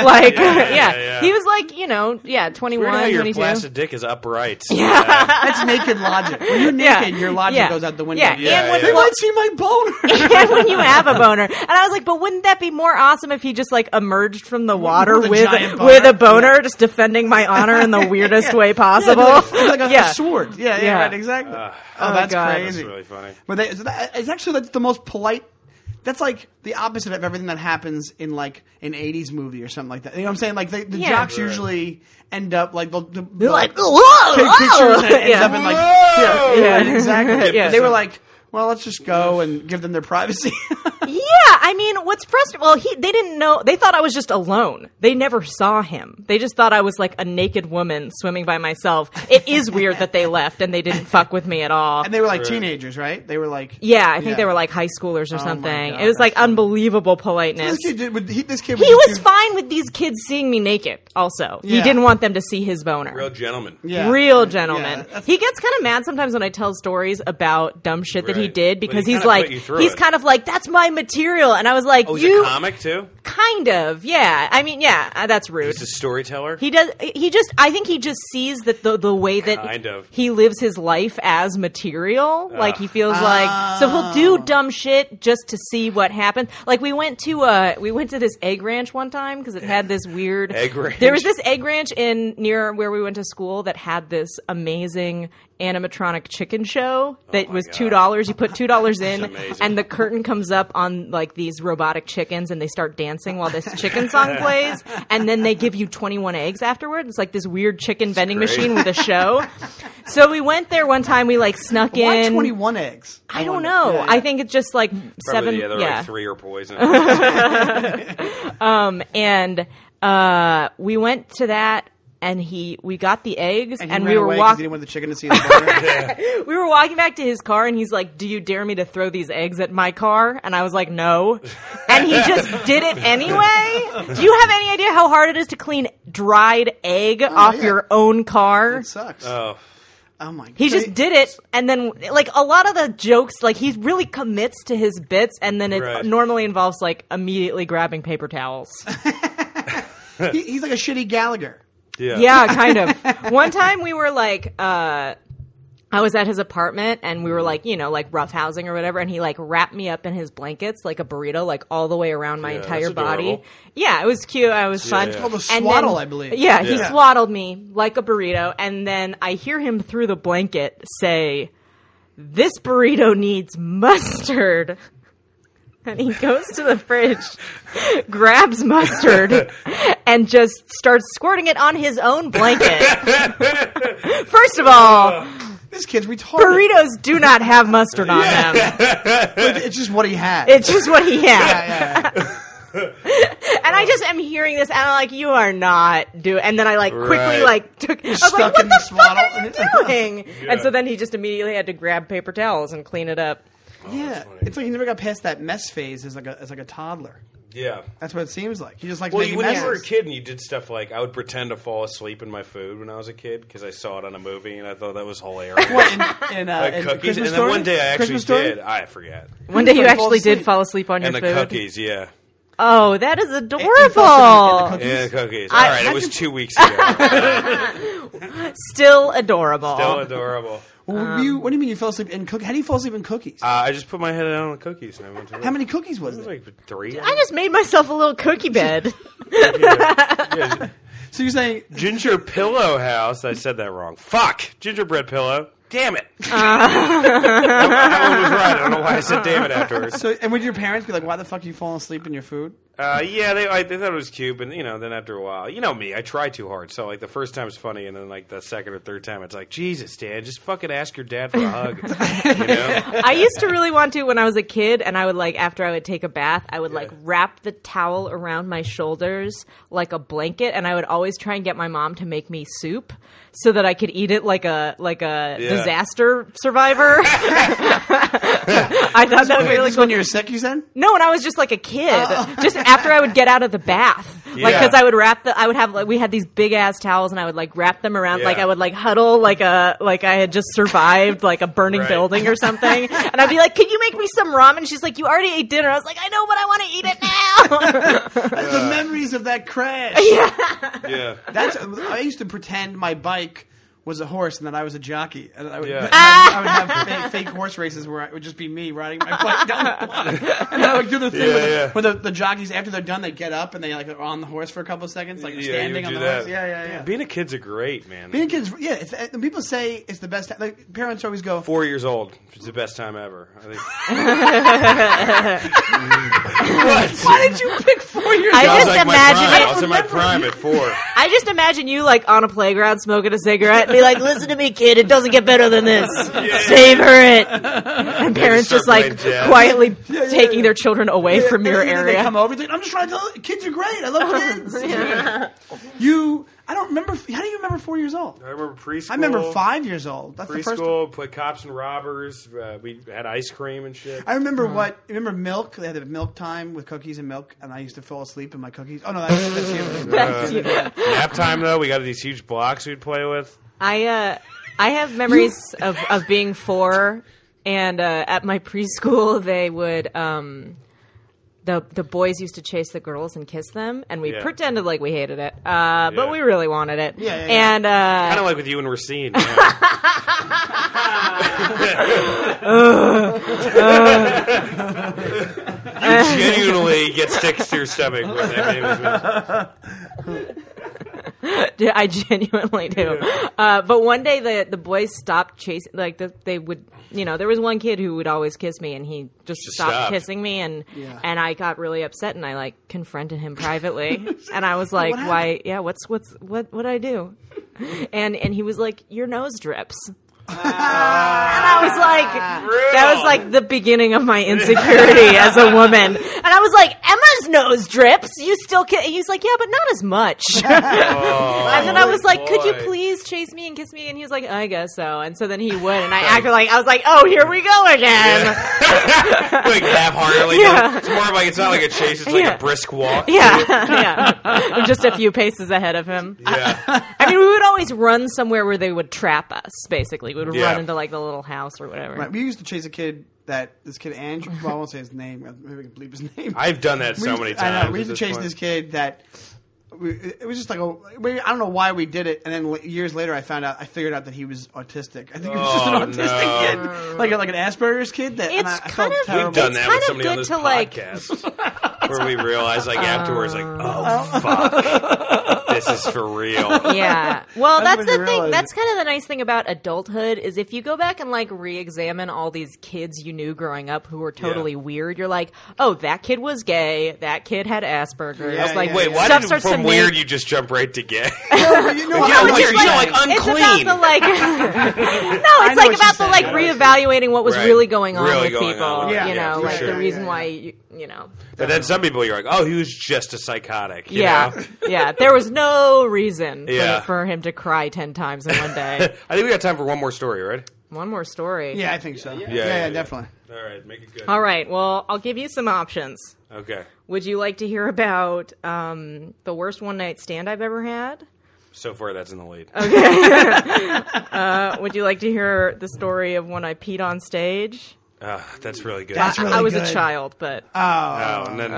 like, [LAUGHS] yeah, yeah. he was like, you know, yeah, Weird how 21, your 22. flaccid dick is upright. Yeah. That's naked logic. When you're [LAUGHS] Yeah. naked, your logic Yeah. goes out the window. Yeah, Yeah, and when, yeah. They might see my [LAUGHS] boner. and when you have a boner. And I was like, but wouldn't that be more awesome if he just like emerged from the water With a with with, giant boner? a boner, just defending my honor [LAUGHS] in the weirdest way possible? Yeah, like, [LAUGHS] like a, Yeah. a sword. Yeah, yeah, Yeah. right, exactly. oh, oh, that's God. crazy. That's really funny. But they, so that, it's actually that's the most polite. That's like the opposite of everything that happens in like an '80s movie or something like that. You know what I'm saying? Like they, the Yeah. jocks Right. usually end up like they'll, they'll They're like, whoa, take whoa. pictures and it ends Yeah. up in like Whoa! yeah, yeah, exactly. [LAUGHS] Yeah. They were like, well, let's just go and give them their privacy. [LAUGHS] Yeah, I mean, what's frustrating? Well, he they didn't know. They thought I was just alone. They never saw him. They just thought I was like a naked woman swimming by myself. It is weird that they left and they didn't fuck with me at all. and they were like teenagers, right? They were like, yeah, I think Yeah. they were like high schoolers or my something. God, it was like that's so- unbelievable politeness. This kid, did, would- he, this kid He was fine. fine with these kids seeing me naked. Also, he Yeah. didn't want them to see his boner. Real gentleman. Yeah. Real Yeah, gentleman. that's- he gets kind of mad sometimes when I tell stories about dumb shit that he Right. did But he because kinda he's put like, you through he's it. kind of like, that's my material. And I was like, Oh, he's you a comic too. kind of, yeah. I mean, yeah, uh, that's rude. He's a storyteller. He does. He just. I think he just sees that the the way that Kind of. he lives his life as material. Like he feels like so he'll do dumb shit just to see what happens. Like we went to uh we went to this egg ranch one time because it had this weird [LAUGHS] Egg ranch. There was this egg ranch in near where we went to school that had this amazing animatronic chicken show that Oh my was God. two dollars. You put [LAUGHS] two dollars in, amazing. and the curtain comes up on like these robotic chickens, and they start dancing while this chicken [LAUGHS] song plays, and then they give you twenty one eggs afterward. It's like this weird chicken vending great. machine with a [LAUGHS] show. so we went there one time. We like snuck Why in. 21 eggs? I don't wonder. know. Yeah, yeah. I think it's just like Probably seven. the other yeah like three are poison. That's and uh, we went to that and he we got the eggs and, he we ran were away 'cause He walking didn't want the chicken to [LAUGHS] see his boner. we were walking back to his car and he's like do you dare me to throw these eggs at my car and i was like no and he just did it anyway do you have any idea how hard it is to clean dried egg off yeah. your own car it sucks. oh, Oh my! He So just did it, and then like a lot of the jokes, like he really commits to his bits, and then it Right. normally involves like immediately grabbing paper towels. He, he's like a shitty Gallagher. Yeah. [LAUGHS] yeah, kind of. One time we were like, uh, I was at his apartment, and we were like, you know, like roughhousing or whatever, and he like wrapped me up in his blankets like a burrito, like all the way around my Yeah, entire that's body. adorable. Yeah, it was cute. It was fun. yeah. It's called a And swaddle, I believe. Yeah, he Yeah. swaddled me like a burrito, and then I hear him through the blanket say, "This burrito needs mustard." [LAUGHS] And he goes to the fridge, [LAUGHS] grabs mustard, and just starts squirting it on his own blanket. [LAUGHS] First of all, This kid's retarded. burritos do not have mustard on them. It's just what he had. It's just what he yeah, had. yeah, yeah. And I just am hearing this, and I'm like, "You are not doing." And then I like Right. quickly like took. I was Stuck like, "What in the the fuck swaddle. are you doing?" And Yeah. so then he just immediately had to grab paper towels and clean it up. Oh, yeah. It's like he never got past that mess phase as like a as like a toddler. Yeah. That's what it seems like. He just likes Well, making you, when you were a messes. kid and you did stuff like I would pretend to fall asleep in my food when I was a kid because I saw it on a movie and I thought that was hilarious. [LAUGHS] [LAUGHS] What, in, in, uh, Like in cookies, Christmas and then Story? one day I actually Christmas Story? did. I forget. [LAUGHS] One day you Everybody falls actually did asleep. fall asleep on And the your food. cookies, yeah, Oh, that is falls adorable. asleep in the and the cookies. I- All right, how it was could- two weeks [LAUGHS] ago. Still adorable. Still adorable. Well, you- what do you mean you fell asleep in cookies? How do you fall asleep in cookies? Uh, um, I just put my head down on the cookies and I went to How many cookies was It was there? like three. I just made myself a little cookie bed. Yeah, So you're saying ginger pillow house. I said that wrong. Fuck gingerbread pillow. Damn it. [LAUGHS] that one was right. I don't know why I said damn it afterwards. so? And would your parents be like, "Why the fuck are you falling asleep in your food?" Uh, yeah, they, I, they thought it was cute, but you know, then after a while, you know me, I try too hard. So like the first time is funny, and then like the second or third time, it's like Jesus, Dan, just fucking ask your dad for a hug. you know? I used to really want to when I was a kid, and I would like after I would take a bath, I would like wrap the towel around my shoulders like a blanket, and I would always try and get my mom to make me soup so that I could eat it like a like a Yeah. disaster survivor. [LAUGHS] I thought that would be Wait, really this is cool. when you were sick, you said. No, when I was just like a kid, just after I would get out of the bath, Like 'cause like Yeah. because I would wrap the, I would have like we had these big ass towels, and I would like wrap them around, like Yeah. I would like huddle like a like I had just survived like a burning Right. building or something, [LAUGHS] and I'd be like, "Can you make me some ramen?" She's like, "You already ate dinner." I was like, "I know, but I want to eat it now." [LAUGHS] the memories of that crash. Yeah, That's I used to pretend my bike was a horse and that I was a jockey. And I would, [LAUGHS] Yeah. I would have fake, fake horse races where it would just be me riding my bike down the block. And I would do the thing Yeah, where, the, yeah. where the, the jockeys, after they're done, they get up and they like are on the horse for a couple of seconds, like Yeah, you standing would on do the that. horse. Yeah, yeah, yeah. Being a kid's a great man. Being kids, yeah. It's, uh, people say it's the best. Like parents always go, Four years old is the best time ever. I think. "Why did you pick four years I I was old?" just like my imagine prime. it. I was in my prime at four. I just imagine you like on a playground smoking a cigarette, and be like, "Listen to me, kid. It doesn't get better [LAUGHS] than this. Savor it." And parents start just like playing jazz. quietly yeah, taking yeah. their children away from your And then area. They come over. It's like, I'm just trying to tell kids are great. I love kids. You, I don't remember. How do you remember four years old? I remember preschool. I remember five years old. That's the first. Preschool, play cops and robbers. Uh, we had ice cream and shit. I remember Uh-huh. what. Remember milk? They had the milk time with cookies and milk, and I used to fall asleep in my cookies. Oh no, that's, that's you. [LAUGHS] That's you. Nap time though, we got these huge blocks we'd play with. I uh, I have memories of, of being four, and uh, at my preschool [LAUGHS] they would um, the the boys used to chase the girls and kiss them, and we Yeah. pretended like we hated it, uh, Yeah. but we really wanted it. Yeah, yeah, yeah. And uh, Kind of like with you and [LAUGHS] Racine. Yeah. you genuinely get sticks to your stomach when that name is mentioned. Yeah, [LAUGHS] I genuinely do. Uh, but one day the the boys stopped chasing. Like the, they would, you know, there was one kid who would always kiss me, and he just, Just stopped, stopped. kissing me, and Yeah. and I got really upset, and I like confronted him [LAUGHS] privately, and I was like, What "Why? Yeah, what's what's what what I do?" And and he was like, "Your nose drips." and I was [LAUGHS] like, that was like the beginning of my insecurity as a woman. And I was like, Emma his nose drips. You still can. He's like, yeah, but not as [LAUGHS] much. Oh, and then I was like, could you boy. please chase me and kiss me? And he was like, I guess so. And so then he would, and I acted like I was like, oh, here we go again. [LAUGHS] like half heartedly. Yeah. It's more of like it's not like a chase. It's like Yeah. a brisk walk. [LAUGHS] Yeah, yeah. I'm just a few paces ahead of him. Yeah. [LAUGHS] I mean, we would always run somewhere where they would trap us. Basically, we would Yeah. run into like the little house or whatever. Right, we used to chase a kid that this kid Andrew. Well, I won't say his name. Maybe we can bleep his name. I've done that We so used- many times. I know. We at used to chase point. this kid that. We, it was just like a. We, I don't know why we did it, and then l- years later, I found out. I figured out that he was autistic. I think he was just Oh, an autistic kid, like a, like an Asperger's kid. That and It's I, I kind felt of- terrible. We've done It's that kind with of somebody on good this to, like- podcast. [LAUGHS] where we realize, like afterwards, like, oh [LAUGHS] fuck, this is for real. [LAUGHS] [LAUGHS] yeah. Well, That's that's when the you thing. realize That's it. kind of the nice thing about adulthood is if you go back and like re-examine all these kids you knew growing up who were totally weird, you're like, oh, that kid was gay. That kid had Asperger's. Yeah, like, yeah, Wait, yeah. why stuff did starts from to weird make- you just jump right to [LAUGHS] gay? No, but you know, Yeah, I like, was you just know, saying- like It's unclean. about the like. [LAUGHS] no, I it's know like what about the you're like saying. reevaluating what was Right. really going on Really with going people. on. Yeah. You Yeah, know, for like sure. the reason Yeah, why you, you know. but then some people you're like, oh, he was just a psychotic. you yeah, know? [LAUGHS] yeah. There was no reason for- Yeah. for, him to cry ten times in one [LAUGHS] day. I think we got time for one more story, right? one more story. yeah, I think so. Yeah, yeah, yeah, yeah. definitely. All right, make it good. All right. Well, I'll give you some options. Okay. Would you like to hear about um, the worst one night stand I've ever had? So far, that's in the lead. Uh, would you like to hear the story of when I peed on stage? Ah, that's really good. That's really I was good. Uh, a child, but Oh, Uh, no, no.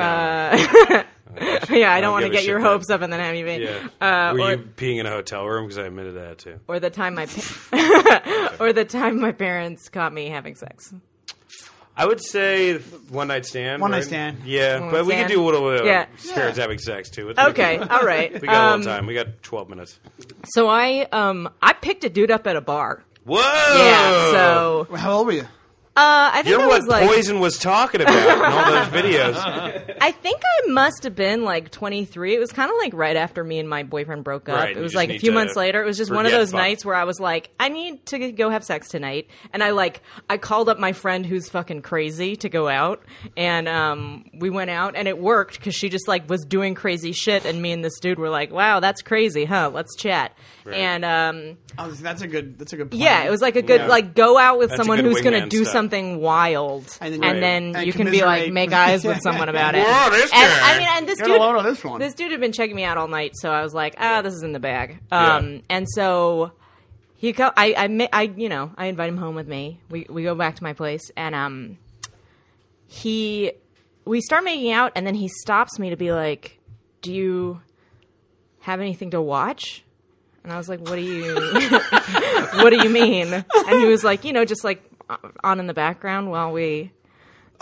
[LAUGHS] yeah, I don't want to give a get your shit then. hopes up and then have you. be- yeah. Uh, Were or- you peeing in a hotel room? Because I admitted that too. or the time [LAUGHS] my pa- [LAUGHS] or the time my parents caught me having sex. I would say one night stand. One night right? stand. Yeah, One but night we could stand. do a little bit of Yeah. spirits Yeah. having sex too. It's- [LAUGHS] Okay, all right. We got a Um, little time. We got 12 minutes. So I um I picked a dude up at a bar. Whoa! Yeah. So Well, how old were you? uh, I think You're I Oh. what was like Poison was talking about in all [LAUGHS] those videos. I think I must have been like 23. It was kind of like right after me and my boyfriend broke up. Right, it you was just like a need few to months later. It was just one of forget those fuck. nights where I was like, I need to go have sex tonight, and I like I called up my friend who's fucking crazy to go out, and um, we went out, and it worked because she just like was doing crazy shit, and me and this dude were like, Wow, that's crazy, huh? Let's chat, and um. Oh, that's a good. That's a good. Plan. Yeah, it was like a good Yeah. like go out with That's a someone good who's going to wingman do stuff. something wild, and And then, then- Right. And you can be like commiserate. make eyes with someone [LAUGHS] about it. Whoa, this and, guy. I mean, and this Get a dude, load of this one. dude had been checking me out all night, so I was like, ah, this is in the bag. Um, Yeah. and so he, co- I, I, ma- I, you know, I invite him home with me. We we go back to my place, and um, he, we start making out, and then he stops me to be like, do you have anything to watch? And I was like, what do you, [LAUGHS] what do you mean? And he was like, you know, just like uh, on in the background while we.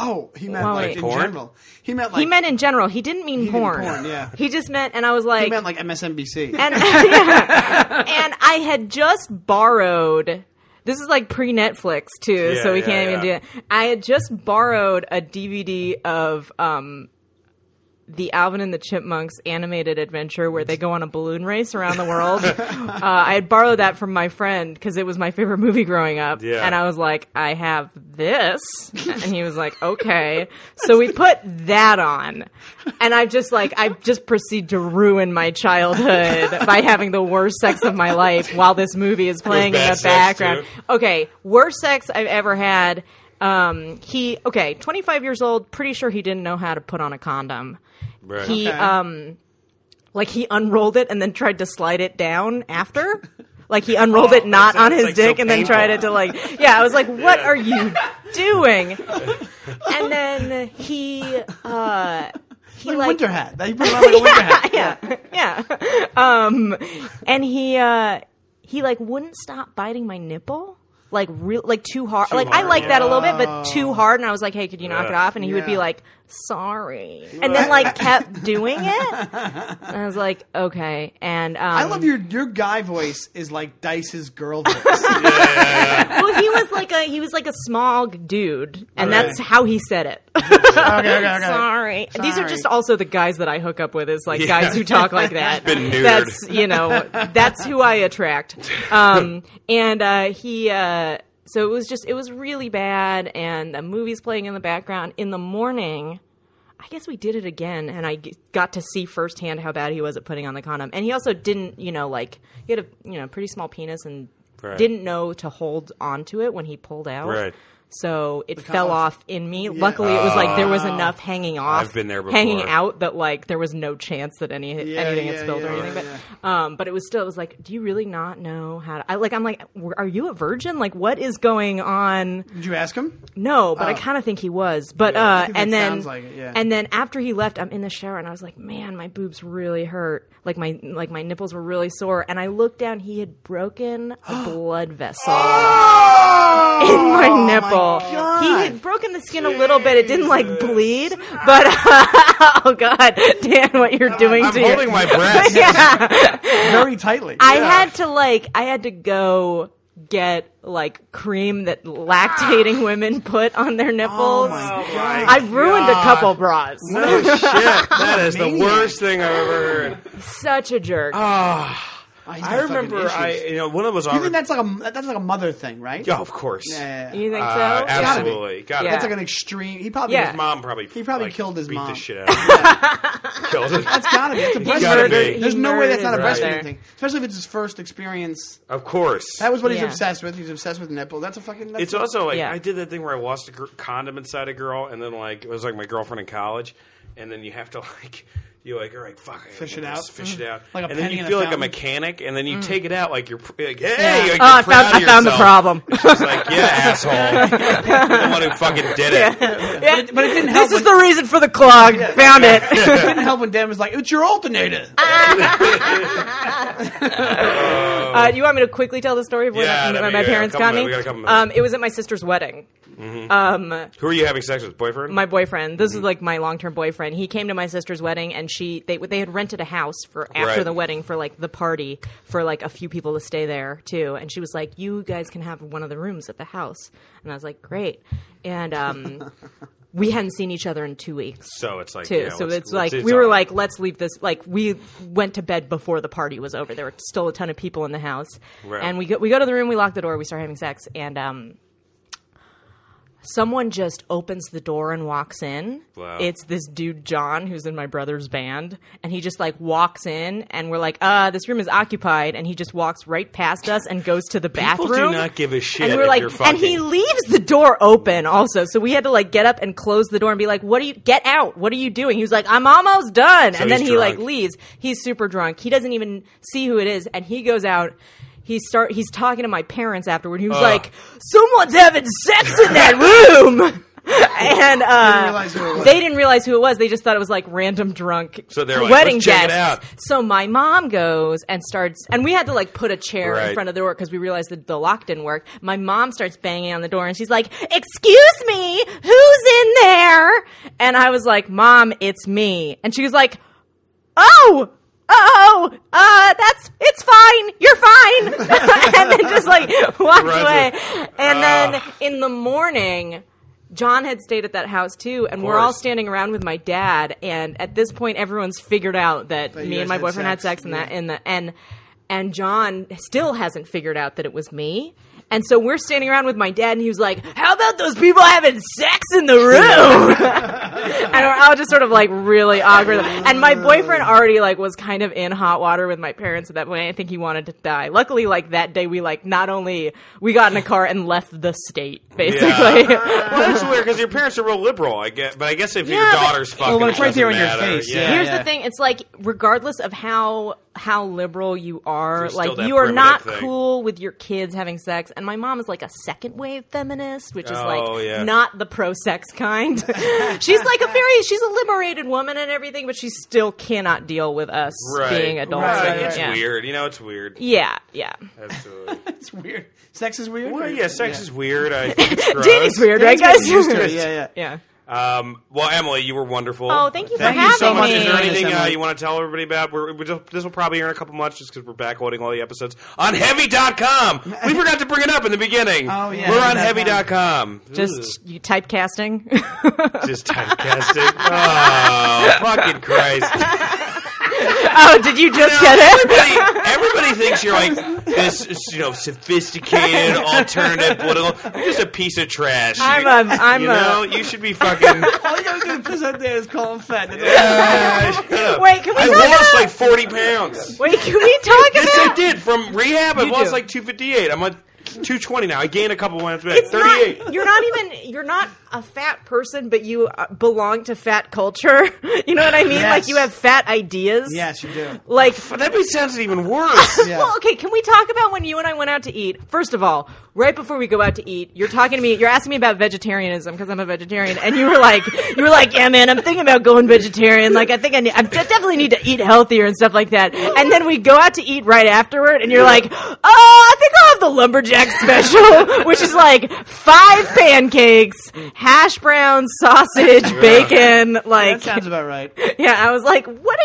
Oh, he meant Well, like wait. in Porn? general. He meant like He meant in general. He didn't mean didn't porn. porn, yeah. He just meant, and I was like, he meant like [LAUGHS] MSNBC. and yeah. and I had just borrowed. This is like pre Netflix too, Yeah, so we yeah, can't even yeah. do it. I had just borrowed a DVD of um, the Alvin and the Chipmunks animated adventure where they go on a balloon race around [LAUGHS] the world. uh, I had borrowed that from my friend because it was my favorite movie growing up, Yeah. and I was like, "I have this," and he was like, "Okay." so we put that on, and I just like I just proceed to ruin my childhood by having the worst sex of my life while this movie is playing in bad the sex, background. too. Okay, worst sex I've ever had. Um, he okay, twenty five years old. Pretty sure he didn't know how to put on a condom. Right. He Okay. um, like he unrolled it and then tried to slide it down after. Like he unrolled it not on his Oh, like so dick and then painful. tried it to like yeah I was like what are you [LAUGHS] doing and then he uh he like, like winter hat. He put it on like a winter hat. [LAUGHS] yeah, yeah. [LAUGHS] Um, and he uh, he like wouldn't stop biting my nipple. Like real, like too hard. like I hard, like yeah. that a little bit, but too hard. And I was like, "Hey, could you knock Yeah. it off?" And he would be Yeah. like, "Sorry," and then like kept doing it. And I was like, "Okay." And um, I love your your guy voice is like Dice's girl [LAUGHS] voice. Well, he was like a he was like a small dude, and Okay. that's how he said it. okay, okay, okay. Sorry. These are Sorry. just also the guys that I hook up with is like Yeah. guys who [LAUGHS] talk like that. Been neutered. That's [LAUGHS] you know that's who I attract. Um, and uh, he uh, so it was just it was really bad, and a movie's playing in the background. In the morning, I guess we did it again, and I g- got to see firsthand how bad he was at putting on the condom. And he also didn't, you know, like he had a you know pretty small penis and Right. didn't know to hold onto it when he pulled out. Right. So it fell condom- off in me. Luckily, it was like there was enough hanging off, Ah. I've been there hanging before. out that like there was no chance that any Yeah, anything yeah, had spilled or yeah, anything. yeah, but um, but it was still it was like, do you really not know how? to... I like I'm like, w- are you a virgin? Like, what is going on? Did you ask him? No, but I kind of think he was. But Oh. Yeah, I uh, think that and then sounds like it, yeah. and then after he left, I'm in the shower and I was like, man, my boobs really hurt. Like my like my nipples were really sore. And I looked down, he had broken [GASPS] a blood vessel. Oh! In my nipple, he had broken the skin a little bit. It didn't like bleed, but [LAUGHS] oh god, Dan, what you're doing I'm to your- [LAUGHS] holding my breath. yeah. Very tightly. I had to like I had to go get like cream [GASPS] that lactating women put on their Oh nipples. I ruined a couple bras. Oh shit! That is the worst thing I've ever heard. Such a jerk. Uh, I remember, I you know, one of those. You think that's like a that's like a mother thing, right? Yeah, of course. Yeah, yeah, yeah. you think Uh, so? absolutely. Got Yeah. it. That's like an extreme. He probably Yeah. was His mom probably. He probably like, killed his beat mom. The shit out of [LAUGHS] him. killed him. That's gotta be. That's a He breastfeeding gotta thing. be. There's no way that's not a Right. breastfeeding thing, especially if it's his first experience. Of course. That was what he's Yeah. obsessed with. He's obsessed with nipple. That's a fucking. That's It's also like Yeah. I did that thing where I lost a gr- condom inside a girl, and then like it was like my girlfriend in college, and then you have to [LAUGHS] like you like all right, fuck, I gotta Fish get it this, out. Mm-hmm. fish it out, Like a and then penny you in a feel like a fountain. mechanic, and then you take it out like you're pr- like, hey, Mm. Yeah. like, Oh, you're I proud found- of I found the yourself. [LAUGHS] problem. She's like, yeah, [LAUGHS] asshole, the one who fucking did it. Yeah. but it didn't help. This is the reason for the clog. Found it. it didn't help when Dan was like, "It's your alternator." Uh, do you want me to quickly tell the story of when Yeah, my- that'd my, be my good. parents Couple got minutes, we me? got a couple minutes. Um, it was at my sister's wedding. Um, Who are you having sex with, boyfriend? my boyfriend. This is like my long term boyfriend. He came to my sister's wedding, and she they they had rented a house for after Right. the wedding for like the party for like a few people to stay there too. And she was like, "You guys can have one of the rooms at the house." And I was like, "Great." And um, [LAUGHS] we hadn't seen each other in two weeks so it's like too. yeah, so let's- it's like let's- we were all- like, let's leave this. Like we went to bed before the party was over. There were still a ton of people in the house, Right. and we go, we go to the room, we lock the door, we start having sex, and um, someone just opens the door and walks in. Wow. It's this dude John who's in my brother's band, and he just like walks in, and we're like, uh, this room is occupied, and he just walks right past us and goes to the People bathroom. do not give a shit. And we're if like, you're and he fucking. leaves the door open also. So we had to like get up and close the door and be like, what are you, get out. What are you doing? He was like, I'm almost done. and then he's he like drunk. leaves. He's super drunk. He doesn't even see who it is. And he goes out. He start. He's talking to my parents afterward. He was Ugh. like, "Someone's having sex [LAUGHS] in that room," [LAUGHS] and uh, Didn't realize who it was. they didn't realize who it was. They just thought it was like random drunk So they're like, wedding "Let's check it guests. out. So my mom goes and starts, and we had to like put a chair Right. in front of the door because we realized that the lock didn't work. My mom starts banging on the door and she's like, "Excuse me, who's in there?" And I was like, "Mom, it's me." And she was like, "Oh." Oh, uh, that's it's fine. You're fine, [LAUGHS] and then just like walks Runs away. Ah. And then in the morning, John had stayed at that house too, and we're all course. standing around with my dad. And at this point, everyone's figured out that you me guys and my had boyfriend had sex. sex, and that and the and and John still hasn't figured out that it was me. And so we're standing around with my dad, and he was like, "How about those people having sex in the room?" [LAUGHS] and we're all just sort of like really awkward. And my boyfriend already like was kind of in hot water with my parents at that point. I think he wanted to die. Luckily, like that day, we like not only we got in a car and left the state [LAUGHS] basically. well, that's weird because your parents are real liberal. I guess, but I guess if your Yeah, but- daughter's fucking, well, it's it right there doesn't in your matter. face, Yeah. yeah. Here's the thing: it's like regardless of how how liberal you are, There's still like that you are not primitive thing. cool with your kids having sex. And my mom is like a second wave feminist, which is Oh, like yeah. not the pro sex kind. [LAUGHS] she's like a very she's a liberated woman and everything, but she still cannot deal with us Right. being adults. Right. Right. It's yeah. weird. You know, it's weird. Yeah, yeah. Absolutely. it's weird. Sex is weird. Well, Or- yeah, sex is weird. I think [LAUGHS] it's gross. Danny's weird, right, Danny's guys? getting [LAUGHS] used to it. Yeah, yeah. yeah. Um, well, Emily, you were wonderful. Oh, thank you for Thank you having so much. me. Is there anything uh, Emily. you want to tell everybody about? We're, we just, this will probably air in a couple months just because we're backloading all the episodes on heavy.com. We forgot to bring it up in the beginning. Oh, yeah, We're on heavy.com. heavy.com. Just you typecasting. [LAUGHS] [LAUGHS] Just typecasting. oh, fucking Christ. Oh, did you just get it? Everybody, everybody thinks you're like this, is, you know, sophisticated, alternative, political. You're just a piece of trash. I'm you, a, I'm you a. know, you should be fucking. All you gotta do to piss out there is call him fat. [LAUGHS] Uh, shut up. Wait, can we I talk lost about- like 40 pounds. Wait, can we [LAUGHS] talk Yes, I about? did. From rehab, I You lost do. like 258. I'm at 220 now. I gained a couple pounds back. It's 38. not. You're not even. You're not a fat person, but you uh, belong to fat culture. [LAUGHS] You know what I mean? Yes. Like you have fat ideas. Yes, you do. Like but that sounds even [LAUGHS] worse. Yeah. Well, okay, can we talk about when you and I went out to eat? First of all, right before we go out to eat, you're talking to me, you're asking me about vegetarianism because I'm a vegetarian, and you were like, you were like, yeah, man, I'm thinking about going vegetarian. Like, I think I, need, I definitely need to eat healthier and stuff like that. And then we go out to eat right afterward, and you're like, oh, I think I'll have the lumberjack [LAUGHS] special, which is like five pancakes, hash browns, sausage, bacon, That like. sounds about [LAUGHS] right. Yeah, I was like, "What are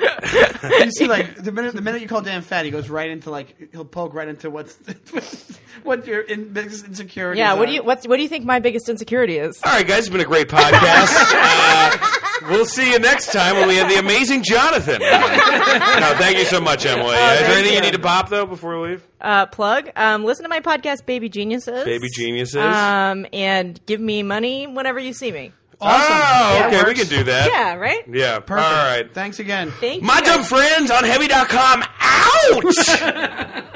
you?" [LAUGHS] You see, like the minute the minute you call Dan fat, he goes right into like he'll poke right into what's [LAUGHS] what your in, biggest insecurities. yeah, what are. do you what, what do you think my biggest insecurity is? All right, guys, it's been a great podcast. Uh, we'll see you next time when we have the amazing [LAUGHS] Jonathan. no, thank you so much, Emily. Uh, Is there Oh, thank anything you. you. need to pop though before we leave? uh, plug. Um, listen to my podcast, Baby Geniuses. Baby geniuses. Um, and give me money whenever you see me. Oh, okay, we works. can do that. Yeah, right? Yeah. Perfect. All right. Thanks again. Thank My you. dumb friends on heavy.com out.